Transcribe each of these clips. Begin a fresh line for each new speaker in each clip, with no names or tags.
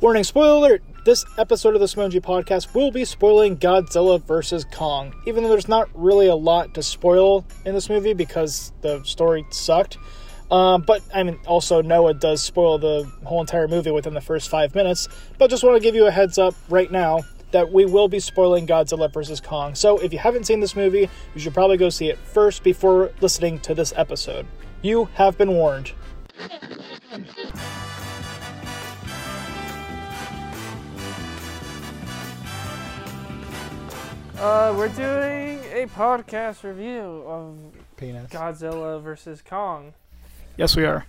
Warning, spoiler alert! This episode of the Smoji podcast will be spoiling Godzilla vs. Kong, even though there's not really a lot to spoil in this movie because the story sucked. Um, but I mean, also Noah does spoil the whole entire movie within the first five minutes. But just want to give you a heads up right now that we will be spoiling Godzilla vs. Kong. So if you haven't seen this movie, you should probably go see it first before listening to this episode. You have been warned.
Uh, we're doing a podcast review of
Penis.
Godzilla versus Kong.
Yes, we are.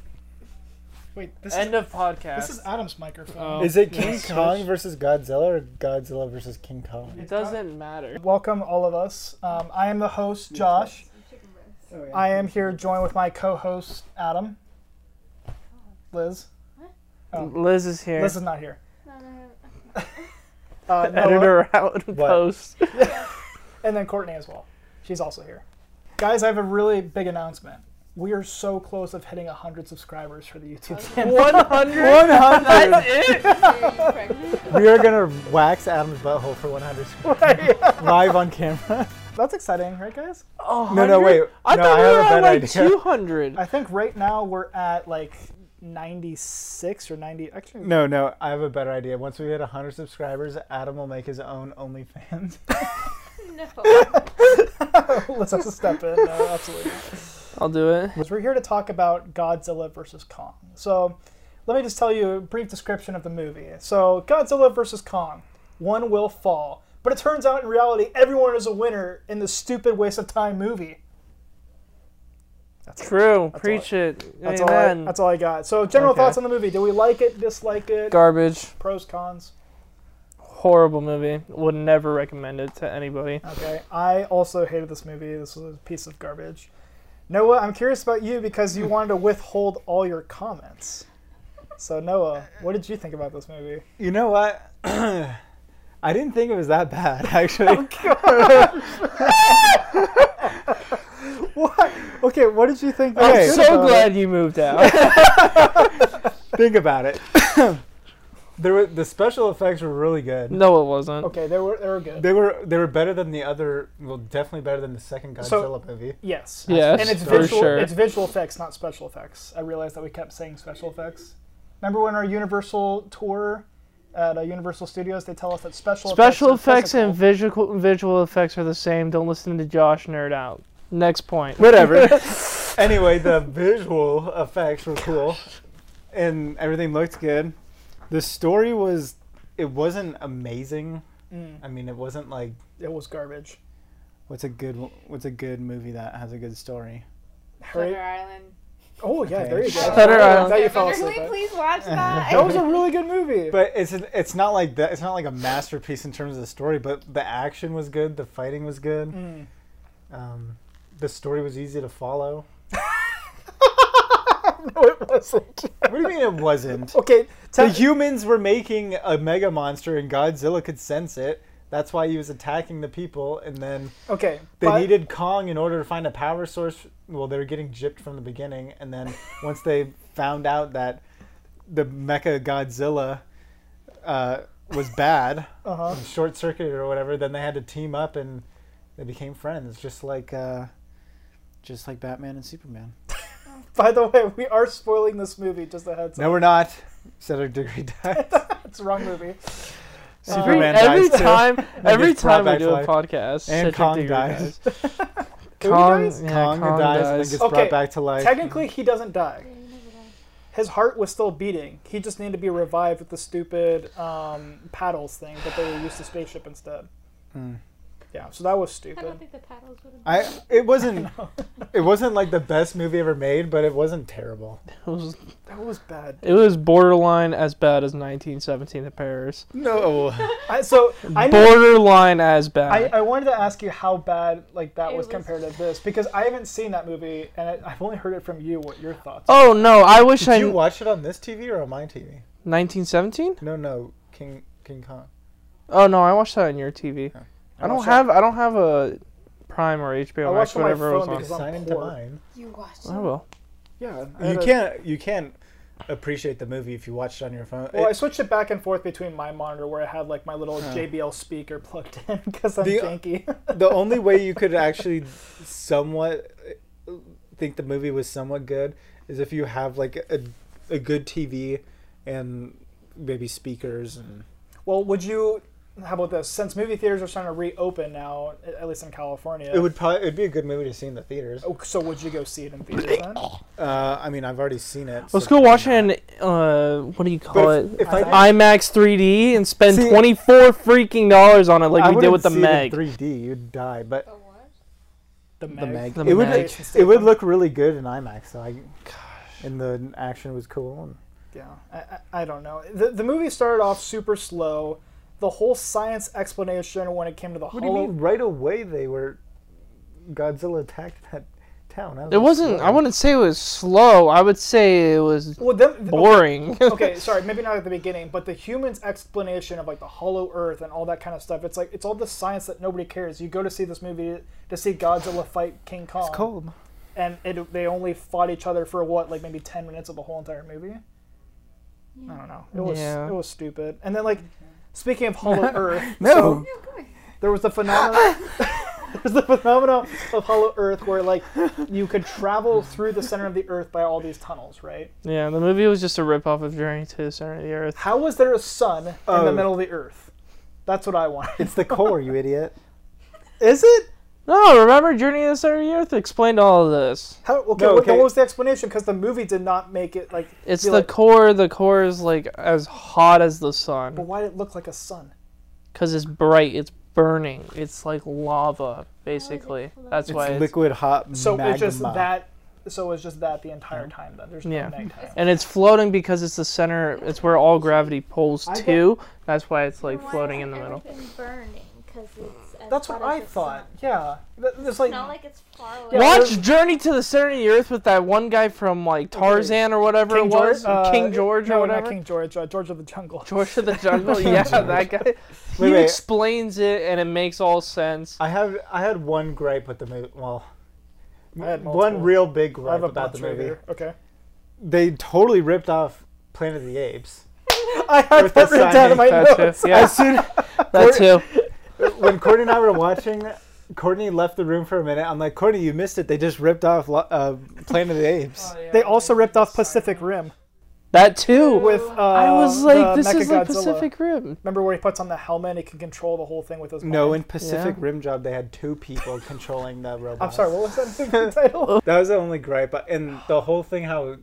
Wait, this
End of podcast.
This is Adam's microphone.
Oh.
Is it King
Yes.
Kong versus Godzilla or Godzilla versus King Kong?
it doesn't matter.
Welcome, all of us. Um, I am the host, Josh.
Oh,
I am here joined with my co host, Adam. Liz. Oh.
Liz is here.
Liz is not here. Uh, Noah,
Editor out and
What?
post.
and then Courtney as well. She's also here. Guys, I have a really big announcement. We are so close of hitting 100 subscribers for the YouTube channel.
100?
100!
That's it?
we are gonna wax Adam's butthole for 100 live on camera.
That's exciting, right, guys?
No,
100?
no, wait.
I
no,
thought
I
we
have
were
a
at
better
like
idea.
200.
I think right now we're at like 96 or 90. Actually,
No, no, I have a better idea. Once we hit 100 subscribers, Adam will make his own OnlyFans.
No.
let's have to step in. No, absolutely.
I'll do it.
because we're here to talk about Godzilla versus Kong. So, let me just tell you a brief description of the movie. So, Godzilla versus Kong, one will fall, but it turns out in reality everyone is a winner in this stupid waste of time movie.
True. Preach it.
That's all. I,
Amen.
that's all I got. So, general
Okay.
thoughts on the movie: Do we like it? Dislike it?
Garbage.
Pros, cons.
Horrible movie. Would never recommend it to anybody.
Okay, I also hated this movie. This was a piece of garbage. Noah, I'm curious about you because you wanted to withhold all your comments. So, Noah, what did you think about this movie?
You know what? I didn't think it was that bad, actually.
What? Okay, what did you think?
Okay.
I'm
Good
so glad you moved out.
think about it. there were, the special effects were really good.
no, it wasn't.
Okay, they were they were good.
They were they were better than the other, well, definitely better than the second Godzilla
So-
movie.
yes.
Yes,
And it's
for
visual.
sure.
It's visual effects, not special effects. I realized that we kept saying special effects. Remember when our Universal tour at uh, Universal Studios, they tell us that special
Special
effects,
effects
are
and visual visual effects are the same. Don't listen to Josh nerd out. Next point.
Whatever. anyway, the visual effects were cool, and everything looked good. The story was, it wasn't amazing.
Mm.
I mean, it wasn't like
It was garbage.
what's a good what's a good movie that has a good story.
Harry-
Island.
Oh yeah, there you go.
Okay.
Thunder Island.
Now you fell
Can
asleep.
we
right?
please watch that?
That was a really good movie.
But it's it's not like that. It's not like a masterpiece in terms of the story. But the action was good. The fighting was good.
Mm.
Um, the story was easy to follow.
No, it wasn't.
What do you mean it wasn't?
Okay,
The
tell
humans were making a mega monster, and Godzilla could sense it. That's why he was attacking the people, and then
okay.
They
but-
needed Kong in order to find a power source. Well, they were getting gypped from the beginning, and then once they found out that the Mecha Godzilla uh, was bad,
Uh-huh.
short circuited or whatever, then they had to team up and they became friends, just like uh, just like Batman and Superman.
By the way, we are spoiling this movie. Just a heads up.
No, we're not. Cedric Diggory died.
It's the wrong movie.
Every,
Superman
every
dies too.
time, every
gets brought
time we
back
do
to
a
life.
podcast,
And
Cedric
Kong
Diggory
dies.
Who
Kong,
dies?
yeah,
Kong,
Kong
dies, and
dies.
then gets
Okay,
brought back to life.
Technically, he doesn't die. His heart was still beating. He just needed to be revived with the stupid um, paddles thing, but they were used to spaceship instead.
Hmm.
Yeah, so that was
I don't
stupid.
think the paddles would have
I it wasn't it wasn't like the best movie ever made, but it wasn't terrible.
It was,
That was bad.
it was borderline as bad as 1917 in Paris.
No.
I, so I, know,
Borderline as
I
bad.
I wanted to ask you how bad like that
It
was
was-
compared to this because I haven't seen that movie and I, I've only heard it from you. What your thoughts?
oh no! I wish
Did
I.
you watch it on this TV or on my TV?
1917?
No, no, King King Kong.
Oh no! I watched that on your TV.
Yeah.
I don't
watched
have. I don't have a Prime or
I
HBO
watched it
Max,
on my
whatever was
phone
on. Oh,
because I'm
Sign into
poor.
mine.
You watched
I will.
Yeah, I
You
had a-
can't. You can't appreciate the movie if you watched it on your phone.
Well, I
It-
switched it back and forth between my monitor where I had like my little JBL speaker plugged in because I'm
The-
janky.
the only way you could actually somewhat uh, think the movie was somewhat good is if you have like a, a good TV and maybe speakers and
well, would you? How about this? Since movie theaters are starting to reopen now, at- at least in California,
it would probably it'd be a good movie to see in the theaters.
Oh, so would you go see it in theaters then?
Uh, I mean, I've already seen it.
Let's
so-
go watch it in uh, what do you call
But if-
it?
if I-
IMAX 3D and spend
See-
24 freaking dollars on it like
I
we did
wouldn't
with the
see it in
Meg.
3D, you'd die. But
The what?
The Meg.
the Meg,
The
it would
Meg.
it would look really good in IMAX. So I, and the action was cool. And,
Yeah, I, I, I don't know. The, the movie started off super slow. The whole science explanation when it came to the
what do you
hollow.
mean? Right away, they were Godzilla attacked that town. I was
It wasn't. I wouldn't say it was slow. I would say it was
Well, them,
boring.
okay, sorry, maybe not at the beginning, but the humans' explanation of like the hollow Earth and all that kind of stuff. It's like it's all the science that nobody cares. You go to see this movie to see Godzilla fight King Kong,
It's cold.
and it, they only fought each other for what, like maybe ten minutes of the whole entire movie. I don't know. It was
Yeah.
it was stupid. And then like speaking of hollow Earth,
No.
No, go ahead.
there was the phenomenon there's the phenomenon of hollow earth where like you could travel through the center of the earth by all these tunnels right
Yeah, the movie was just a rip off of Journey to the Center of the Earth.
how was there a sun in the
Oh.
middle of the earth that's what i want
It's the core, you idiot.
is it
No, remember Journey to the Center of the Earth explained all of this.
how, okay,
No,
what-
okay.
what was the explanation because the movie did not make it like
It's
be
the
like,
core. The core is like as hot as the
but
sun
why did it look like a sun
because it's bright. It's burning. It's like lava,
it
basically.
floating?
That's
It's
why. It's,
liquid hot
so
magma.
it's just that so it's just that the entire time then there's no
Yeah.
nighttime
and it's floating because it's the center. It's where all gravity pulls
I
to. That's why it's like
Then why
floating in
isn't
the middle.
everything burning? 'Cause it's as
Hmm. that's what
hot as
i
the
thought
sun.
yeah Th- there's
It's
like
not like it's far away.
Yeah,
Watch
there's-
Journey to the Center of the Earth with that one guy from like Tarzan or whatever
king
it
george
was,
uh,
King George
no,
or
not
whatever.
king george uh, george of the jungle
George of the Jungle. yeah, that guy.
Wait,
he
wait.
explains it and it makes all sense.
I have I had one gripe with the movie. Well,
I had multiple.
one real big
I have
gripe
a
about the
bunch right
movie.
here. Okay.
They totally ripped off Planet of the Apes.
I have
With the
that written down in my
signing
That too.
notes.
Yeah,
As soon
that too.
when Courtney and I were watching, Courtney left the room for a minute. I'm like, Courtney, you missed it. They just ripped off Lo- uh, Planet of the Apes.
Oh,
They also ripped off Pacific Rim
that too.
with. Uh,
I was
the
like, this is like
Mechagodzilla.
Pacific Rim.
Remember where he puts on the helmet? and He can control the whole thing with his.
No,
mind?
in Pacific
Yeah.
Rim Job, they had two people controlling the robot.
I'm sorry. What was that movie title?
That was the only gripe. but- And the whole thing how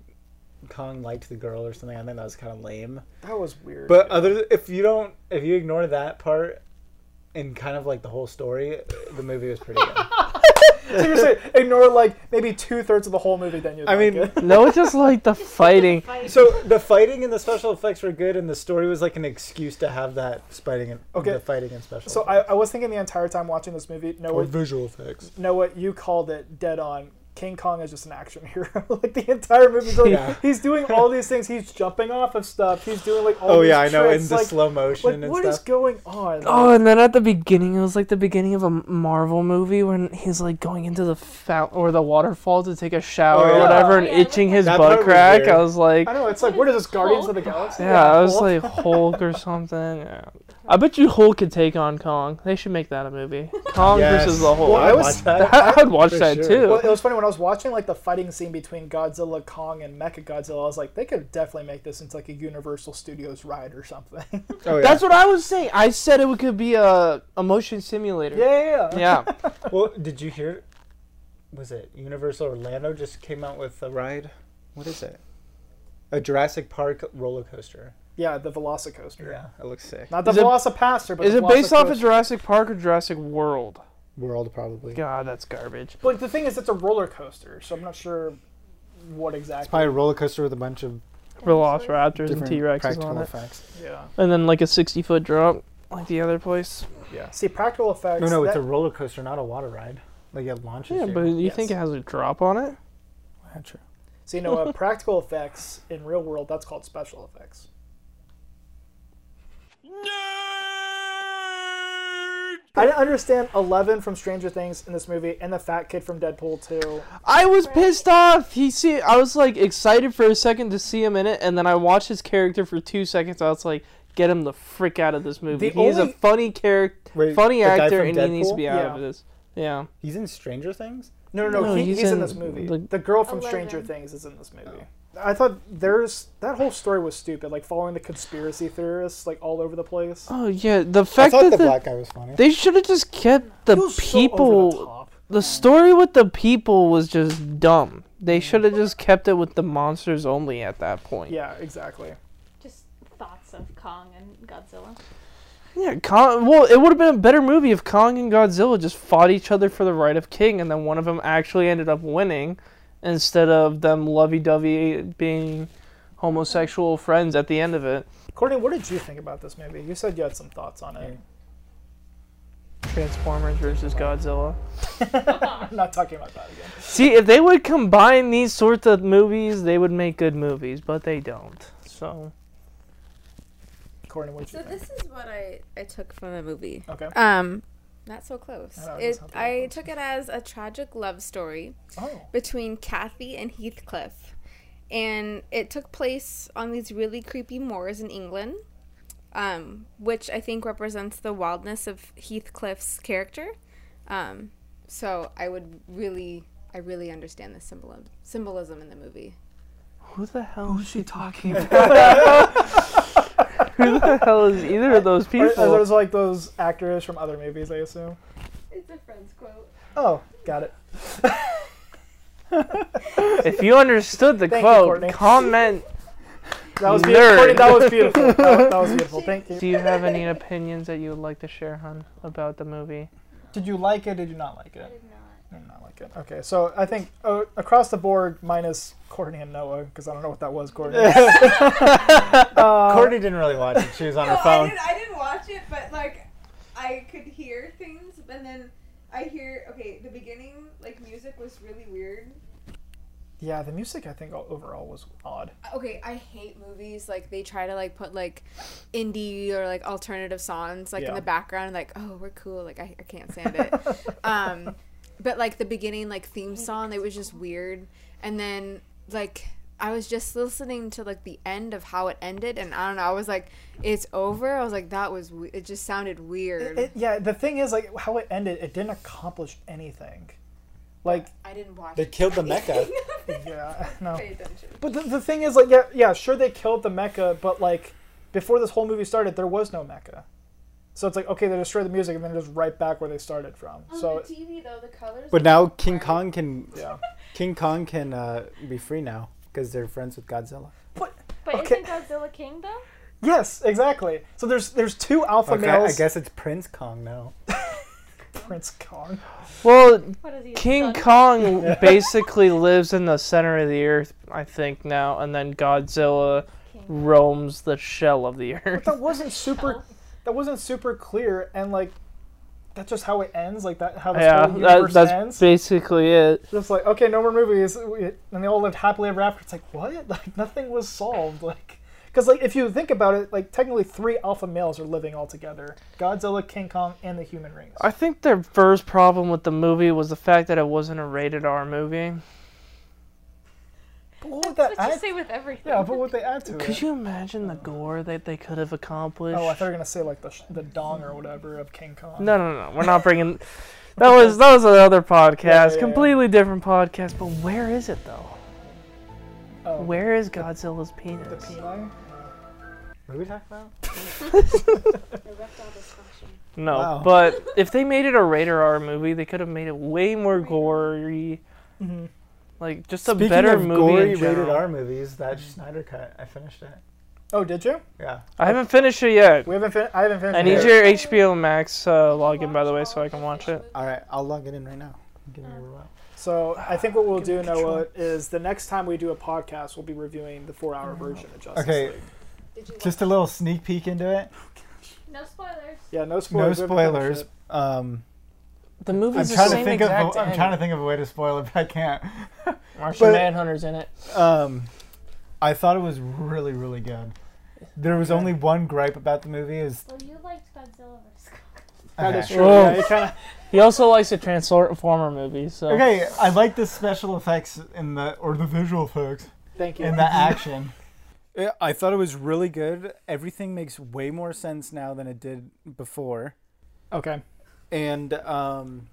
Kong liked the girl or something. I think that was kind of lame.
That was weird.
But other, if you don't, if you ignore that part, and kind of like the whole story, the movie was pretty good.
so you're saying ignore like maybe two thirds of the whole movie? Then you.
I mean,
No, it's just like the fighting.
so the fighting and the special effects were good, and the story was like an excuse to have that fighting and
Okay.
the fighting and special.
so I, I was thinking the entire time watching this movie. No,
or
what,
visual effects.
no, what you called it dead on. King Kong is just an action hero. like the entire movie's like
Yeah.
he's doing all these things. He's jumping off of stuff. He's doing like all
Oh
these
yeah, I know. In
tricks,
the
like,
slow motion
like
and
what
stuff.
is going on?
Oh, and then at the beginning, it was like the beginning of a Marvel movie when he's like going into the fount or the waterfall to take a shower
Oh,
or
yeah.
whatever,
Oh,
and
yeah,
itching his
that
butt
part was
crack.
weird.
I was like,
I know it's like where does this Guardians of the
Hulk?
Galaxy?
yeah, I was
Hulk.
like Hulk or something. Yeah. I bet you Hulk could take on Kong. They should make that a movie. Kong
Yes.
versus the Hulk.
Well, I
I'd
was-
watch that.
I, would watch
For
that
sure.
too.
Well, it was funny when I was watching like the fighting scene between Godzilla, Kong, and Mechagodzilla. I was like, they could definitely make this into like a Universal Studios ride or something.
Oh, yeah.
That's what I was saying. I said it could be a, a motion simulator.
yeah,
Yeah.
well, did you hear? Was it Universal Orlando just came out with a ride? What is it? A Jurassic Park roller coaster.
yeah. The Velocicoaster,
it looks sick.
not the
Is it-
Velocipaster, but
Is
the
it based off of
Velocicoaster.
Jurassic Park or Jurassic World?
World probably.
God, that's garbage.
But the thing is, it's a roller coaster, so I'm not sure what
It's probably
exactly.
a roller coaster with a bunch of
Velociraptors and
different
T Rexes
practical
on it.
effects.
Yeah.
And then like a 60 foot drop, like the other place.
Yeah.
See, practical effects.
No, no, it's
that-
a roller coaster, not a water ride. Like it launches
Yeah,
you.
but you
Yes.
think it has a drop on it?
Yeah, true.
So you know, uh, practical effects in real world that's called special effects.
Nerd!
I didn't understand Eleven from Stranger Things in this movie and the fat kid from Deadpool 2.
I was
Right.
pissed off. He see, I was like excited for a second to see him in it, and then I watched his character for two seconds. I was like, get him the frick out of this movie.
The
He's
only-
a funny character,
Wait,
funny
the guy
actor,
from
and he needs to
Deadpool?
be out of
Yeah.
this. Yeah,
He's in Stranger Things.
No, no, no,
No,
he, he's,
he's
in,
in
this movie. The,
the-
girl from
Eleven.
Stranger Things is in this movie. I thought there's that whole story was stupid, like following the conspiracy theorists like all over the place.
oh yeah. The
I
fact
thought
that
the
the,
black guy was funny.
they should have just kept the
He was so over
people.
the top.
The story with the people was just dumb. They should have just kept it with the monsters only at that point.
Yeah, exactly.
Just thoughts of Kong and Godzilla.
Yeah, Kong, well, it would have been a better movie if Kong and Godzilla just fought each other for the right of king, and then one of them actually ended up winning, instead of them lovey-dovey being homosexual friends at the end of it.
Courtney, what did you think about this movie? You said you had some thoughts on it.
Transformers versus Godzilla.
I'm not talking about that again.
See, if they would combine these sorts of movies, they would make good movies, but they don't. So
Courtney, what did you
So
think?
this is what I, I took from the movie.
Okay.
Um, not so close.
Oh,
it
that's not that
I took it as a tragic love story
Oh,
between Kathy and Heathcliff, and it took place on these really creepy moors in England, um, which I think represents the wildness of Heathcliff's character. Um, so I would really, I really understand the symbolism symbolism in the movie.
who the hell is she talking about? who the hell is either of those
are, are
people?
those like those actors from other movies? I assume.
It's a friend's quote.
Oh, got it.
If you understood the
Thank you, Courtney.
quote, comment.
That was beautiful.
Nerd.
Courtney, that was beautiful. that, that was beautiful. Thank
Do
you.
you have any opinions that you would like to share, hon, about the movie?
Did you like it? Did you not like
I
it?
did not.
I did not like it. Okay, so I think uh, across the board, minus Courtney and Noah, because I don't know what that was, Courtney. Uh,
Courtney didn't really watch it. She was on her phone.
I didn't watch it, but like I could hear things, and then I hear okay. The beginning like music was really weird.
yeah, the music I think all, overall was odd.
Okay, I hate movies like they try to like put like indie or like alternative songs like
Yeah.
in the background. Like oh we're cool. Like I, I can't stand it. um, but like the beginning like theme song it was just weird, and then like. I was just listening to like the end of how it ended, and I don't know. I was like, "It's over." I was like, "That was we- it." Just sounded weird.
It, yeah, the thing is, like how it ended, it didn't accomplish anything. Like,
I didn't watch.
They killed the mecha.
yeah, no.
Pay attention.
But the, the thing is, like, yeah, yeah, sure, they killed the mecha, but like before this whole movie started, there was no mecha. So it's like okay, they destroy the music and then just right back where they started from. So
Oh, the TV though, the colors.
But now King Kong can
yeah,
King Kong can uh, be free now because they're friends with Godzilla.
But
Okay.
isn't Godzilla king though?
yes, exactly. So there's there's two alpha
Okay, I
males.
guess it's Prince Kong now.
Prince Kong.
Well,
What is he? a
King
son?
Kong basically lives in the center of the earth, I think, now, and then Godzilla
King.
roams the shell of the
But
earth.
that wasn't super. That wasn't super clear, and like that's just how it ends. Like that, how this
Yeah,
whole
that,
universe
that's
ends.
basically it.
just like okay, no more movies, we- and they all lived happily ever after. It's like what? Like nothing was solved. Like because like if you think about it, like technically three alpha males are living all together: Godzilla, King Kong, and the human race.
I think their first problem with the movie was the fact that it wasn't a rated R movie.
But what would
That's
that
what you
add?
say with everything.
Yeah, but what would they add to
Could
it?
you imagine the gore that they could have accomplished?
Oh, I thought you were gonna say like the sh- the dong or whatever of King Kong.
No, no, no. We're not bringing. That was that was another podcast,
Yeah, yeah, yeah.
completely different podcast. But where is it though?
oh,
Where is Godzilla's penis?
the penile?
What are we talking about?
Erectile dysfunction.
No,
Wow.
but if they made it a rated R movie, they could have made it way more gory.
Mhm.
Like just a better
of
movie.
gory
in
rated
general.
R movies, that Snyder cut. I finished it.
Oh, did you?
Yeah.
I haven't finished it yet.
We haven't. Fin- I haven't finished.
I
it.
need
yet.
your HBO Max uh, login, by the way, so I can watch it.
All right, I'll log it in right now. Give me a while.
So I think what we'll do,
Give me control.
Noah, is the next time we do a podcast, we'll be reviewing the four-hour version of Justice
Okay.
League.
Did you watch
Just a little sneak peek into it.
No spoilers.
Yeah, no
No
spoilers. we haven't
spoilers.
finished
Um,
The
I'm
movie's the
trying to
same
think of.
exact.
A, I'm trying to think of a way to spoil it, but I can't.
Martian
but-
Manhunter's in it.
Um, I thought it was really, really good. There was only one gripe about the movie is
Well, you liked Godzilla vs. Kong.
That is
Okay.
true.
Whoa.
Yeah, it kinda,
He also likes the Transformer movies, so
Okay, I like the special effects in the or the visual effects
thank you.
in the action. I thought it was really good. Everything makes way more sense now than it did before.
okay.
And um,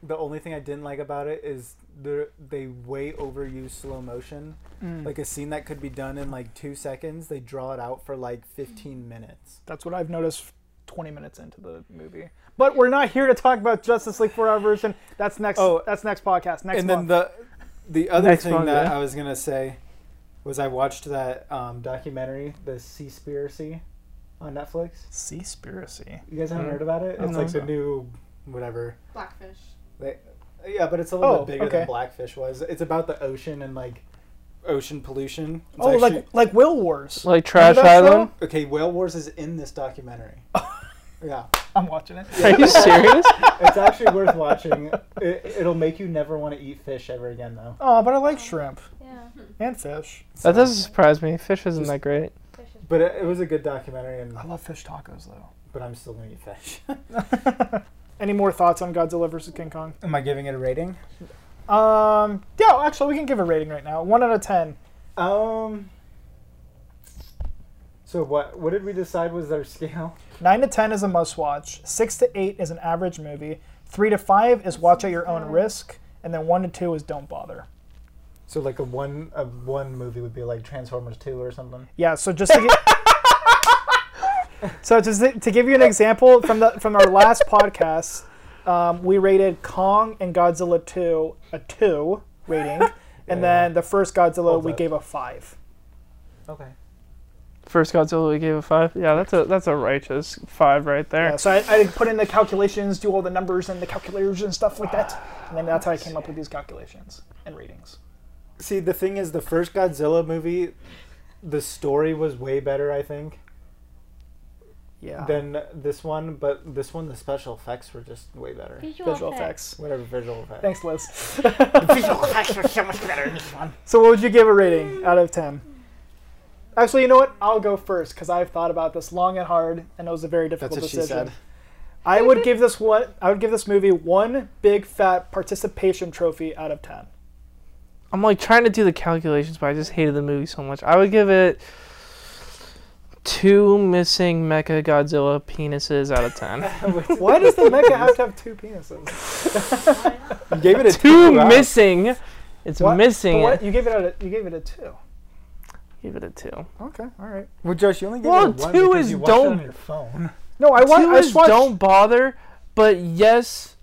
the only thing I didn't like about it is the they way overuse slow motion.
Mm.
Like a scene that could be done in like two seconds, they draw it out for like 15 minutes.
That's what I've noticed 20 minutes into the movie. But we're not here to talk about Justice League 4 Hour Version. That's next
Oh,
that's next podcast. Next
and
month.
then the the other
Next
thing
one,
that
yeah.
I was gonna say was I watched that um, documentary, the Seaspiracy, on Netflix.
Seaspiracy.
You guys haven't
Mm.
heard about it?
I don't
It's like
think
the new whatever.
Blackfish.
Yeah, but it's a little
Oh,
bit bigger
okay.
than Blackfish was. It's about the ocean and like ocean pollution. It's
Oh,
actually-
like like Will Wars.
like Trash
Remember that
Island.
okay, Whale Wars is in this documentary. yeah,
I'm watching it.
Are you serious?
it's actually worth watching. It, it'll make you never want to eat fish ever again, though.
Oh, but I like shrimp
Yeah.
and fish.
that doesn't surprise me. Fish isn't that great.
Fish is
But it, it was a good documentary, and
I love fish tacos though.
but I'm still gonna eat fish.
Any more thoughts on Godzilla versus King Kong?
Am I giving it a rating?
Um, yeah, actually, we can give a rating right now. One out of ten.
Um. So what? What did we decide was our scale?
Nine to ten is a must-watch. Six to eight is an average movie. Three to five is watch at your own risk, and then one to two is don't bother.
So like a one a one movie would be like Transformers Two or something.
Yeah. So just to gi- so just to, to give you an example from the from our last podcast, um, we rated Kong and Godzilla two a two rating, and then the first Godzilla
Hold
we
up.
gave a five.
Okay.
First Godzilla we gave a five. Yeah, that's a that's a righteous five right there.
Yeah, so I, I put in the calculations, do all the numbers and the calculators and stuff like that, and then that's how I came up with these calculations and ratings.
See, the thing is, the first Godzilla movie, the story was way better, I think,
Yeah.
than this one. But this one, the special effects were just way better.
Visual,
visual effects.
Whatever visual effects.
Thanks, Liz.
visual effects were so much better in this one.
so, what would you give a rating out of ten? Actually, you know what? I'll go first because I've thought about this long and hard, and it was a very difficult
That's what she
decision.
said.
I would give this one. I would give this movie one big fat participation trophy out of ten.
I'm like trying to do the calculations, but I just hated the movie so much. I would give it two missing Mecha Godzilla penises out of ten.
Why does the mecha have to have two penises?
You gave it a
two
out.
missing. It's
What? But
missing.
what? You gave it a, you gave it a two.
Give it a two.
Okay, all right.
Well, Josh, you only gave
Well,
it a one
two
because
is
you watched it
don't-
on your phone.
No, I want.
two
I
is
just watched-
don't bother, but yes,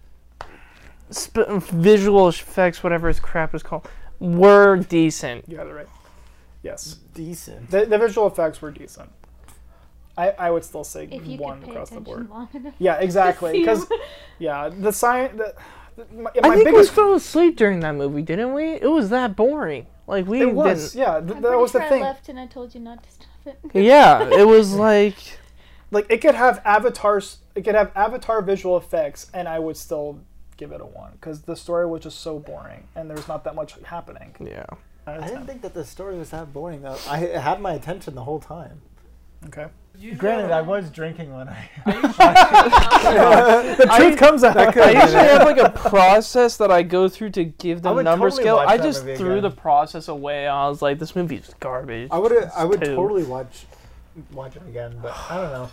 sp- visual effects, whatever his crap is called, were decent.
You got it right. Yes,
Decent.
the, the visual effects were decent. I, I would still say
If you
one
could pay
across the
attention
board.
long enough.
Yeah, exactly.
See
Because
what-
yeah, the science. The, the- my
I
my
think
biggest
we fell asleep during that movie, didn't we? It was that boring. Like we
it was
didn't.
yeah. Th-
I'm
that
pretty
was the
sure
thing.
I left and I told you not to stop it.
Yeah, it was like
Like it could have avatars. It could have avatar visual effects, and I would still give it a one because the story was just so boring, and there's not that much happening.
yeah.
Out of
I didn't
10.
think that the story was that boring though. I it had my attention the whole time.
Okay.
Granted, I was drinking when I.
The truth comes out.
I usually have like a process that I go through to give
I
them
would
number
totally
scale.
watch
I
that
just
movie
threw
again.
the process away. I was like, this movie is garbage.
I would I would
two.
totally watch watch it again, but I don't know.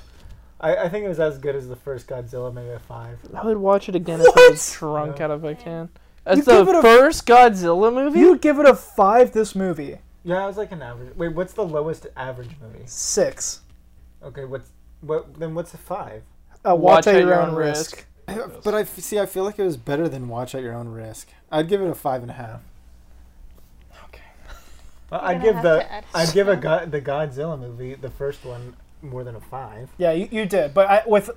I, I think it was as good as the first Godzilla, maybe a five.
I would watch it again if I was shrunk
Yeah.
out of a can. That's
You
the
give it a-
first Godzilla movie.
you give it a five. This movie
Yeah, I was like an average. Wait, what's the lowest average movie?
six.
Okay, what's what? Then what's a five?
Uh, watch, at your, own, risk.
But I f- see. I feel like it was better than Watch at Your Own Risk. I'd give it a five and a half.
Okay.
Well,
You're
I'd
gonna
give
have
the
to add
I'd give a
some.
go- the Godzilla movie, the first one, more than a five.
Yeah, you, you did, but I, with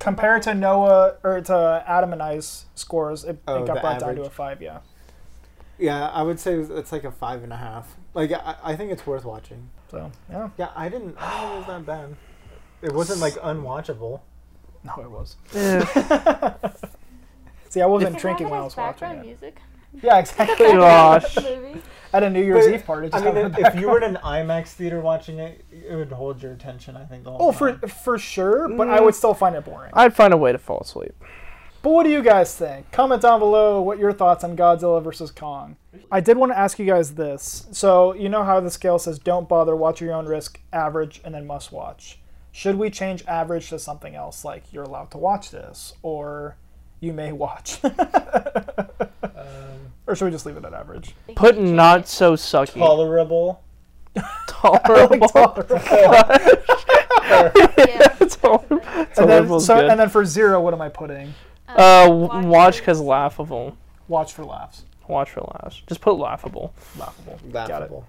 compared to Noah or to Adam and I's scores, it,
Oh,
it got
the
brought down to
average.
a five. Yeah.
Yeah, I would say it's like a five and a half. Like I, I think it's worth watching.
So yeah,
Yeah, I didn't. I didn't think it was that bad. It wasn't like unwatchable.
no, it was.
Yeah.
See, I wasn't
Does it
drinking
have
while I was
as
watching
background
it.
music?
Yeah, exactly.
Gosh.
Movie.
at a New Year's
But,
Eve party.
I
Just
mean,
have it in
if,
the
if you were
background.
in an IMAX theater watching it, it would hold your attention. I think. The whole
oh, for
time.
for sure, but I would
Mm.
still find it boring.
I'd find a way to fall asleep.
But what do you guys think? Comment down below what your thoughts on Godzilla versus Kong. I did want to ask you guys this. So, you know how the scale says don't bother, watch at your own risk, average, and then must watch. Should we change average to something else like you're allowed to watch this or you may watch? or should we just leave it at average?
Put not so sucky.
tolerable.
Tolerable.
Yeah.
Tolerable.
And then,
Tolerable's
so,
good.
and then for zero, what am I putting?
uh, w-
Um,
watch because laughable.
Watch for laughs.
Watch for laughs. Just put laughable.
Laughable.
Laughable.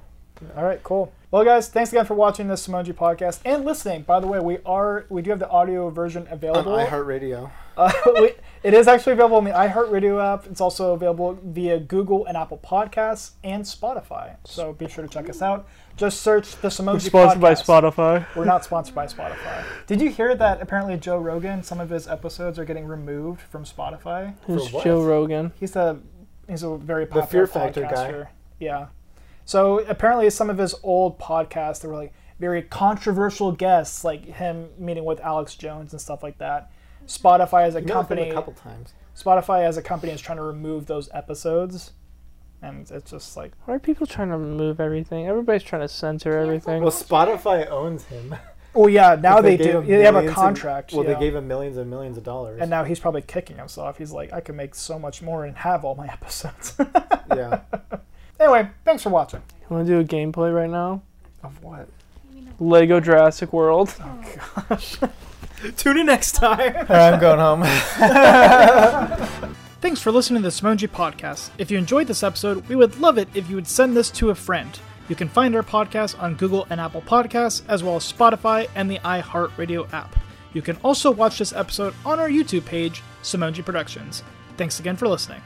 All right, cool. Well, guys, thanks again for watching this Simonji podcast and listening. By the way, we are we do have the audio version
on
available.
iHeartRadio.
Uh, we, it is actually available on the iHeartRadio app. It's also available via Google and Apple Podcasts and Spotify. So be sure to check us out. Just search the Simonji
Sponsored by
podcast.
Spotify.
We're not sponsored by Spotify. Did you hear that? Apparently, Joe Rogan, some of his episodes are getting removed from Spotify.
Who's
what?
Joe Rogan?
He's a he's a very popular
Fear Factor guy.
podcaster. Yeah. So apparently some of his old podcasts that were like very controversial guests, like him meeting with Alex Jones and stuff like that. Spotify as a
I met with him
company
a couple times.
Spotify as a company is trying to remove those episodes. And it's just like
Why are people trying to remove everything? Everybody's trying to censor everything.
Well, Spotify owns him.
Oh yeah, now they,
gave
do
him
they have a
millions and-
contract.
Well,
yeah.
they gave him millions and millions of dollars.
and now he's probably kicking himself. He's like, I could make so much more and have all my episodes.
Yeah.
anyway, thanks for watching.
You want to do a gameplay right now?
Of what?
Lego Jurassic World.
Tune in next time.
I'm going home.
Thanks for listening to the Simonji Podcast. If you enjoyed this episode, we would love it if you would send this to a friend. You can find our podcast on Google and Apple Podcasts, as well as Spotify and the iHeartRadio app. You can also watch this episode on our YouTube page, Simonji Productions. Thanks again for listening.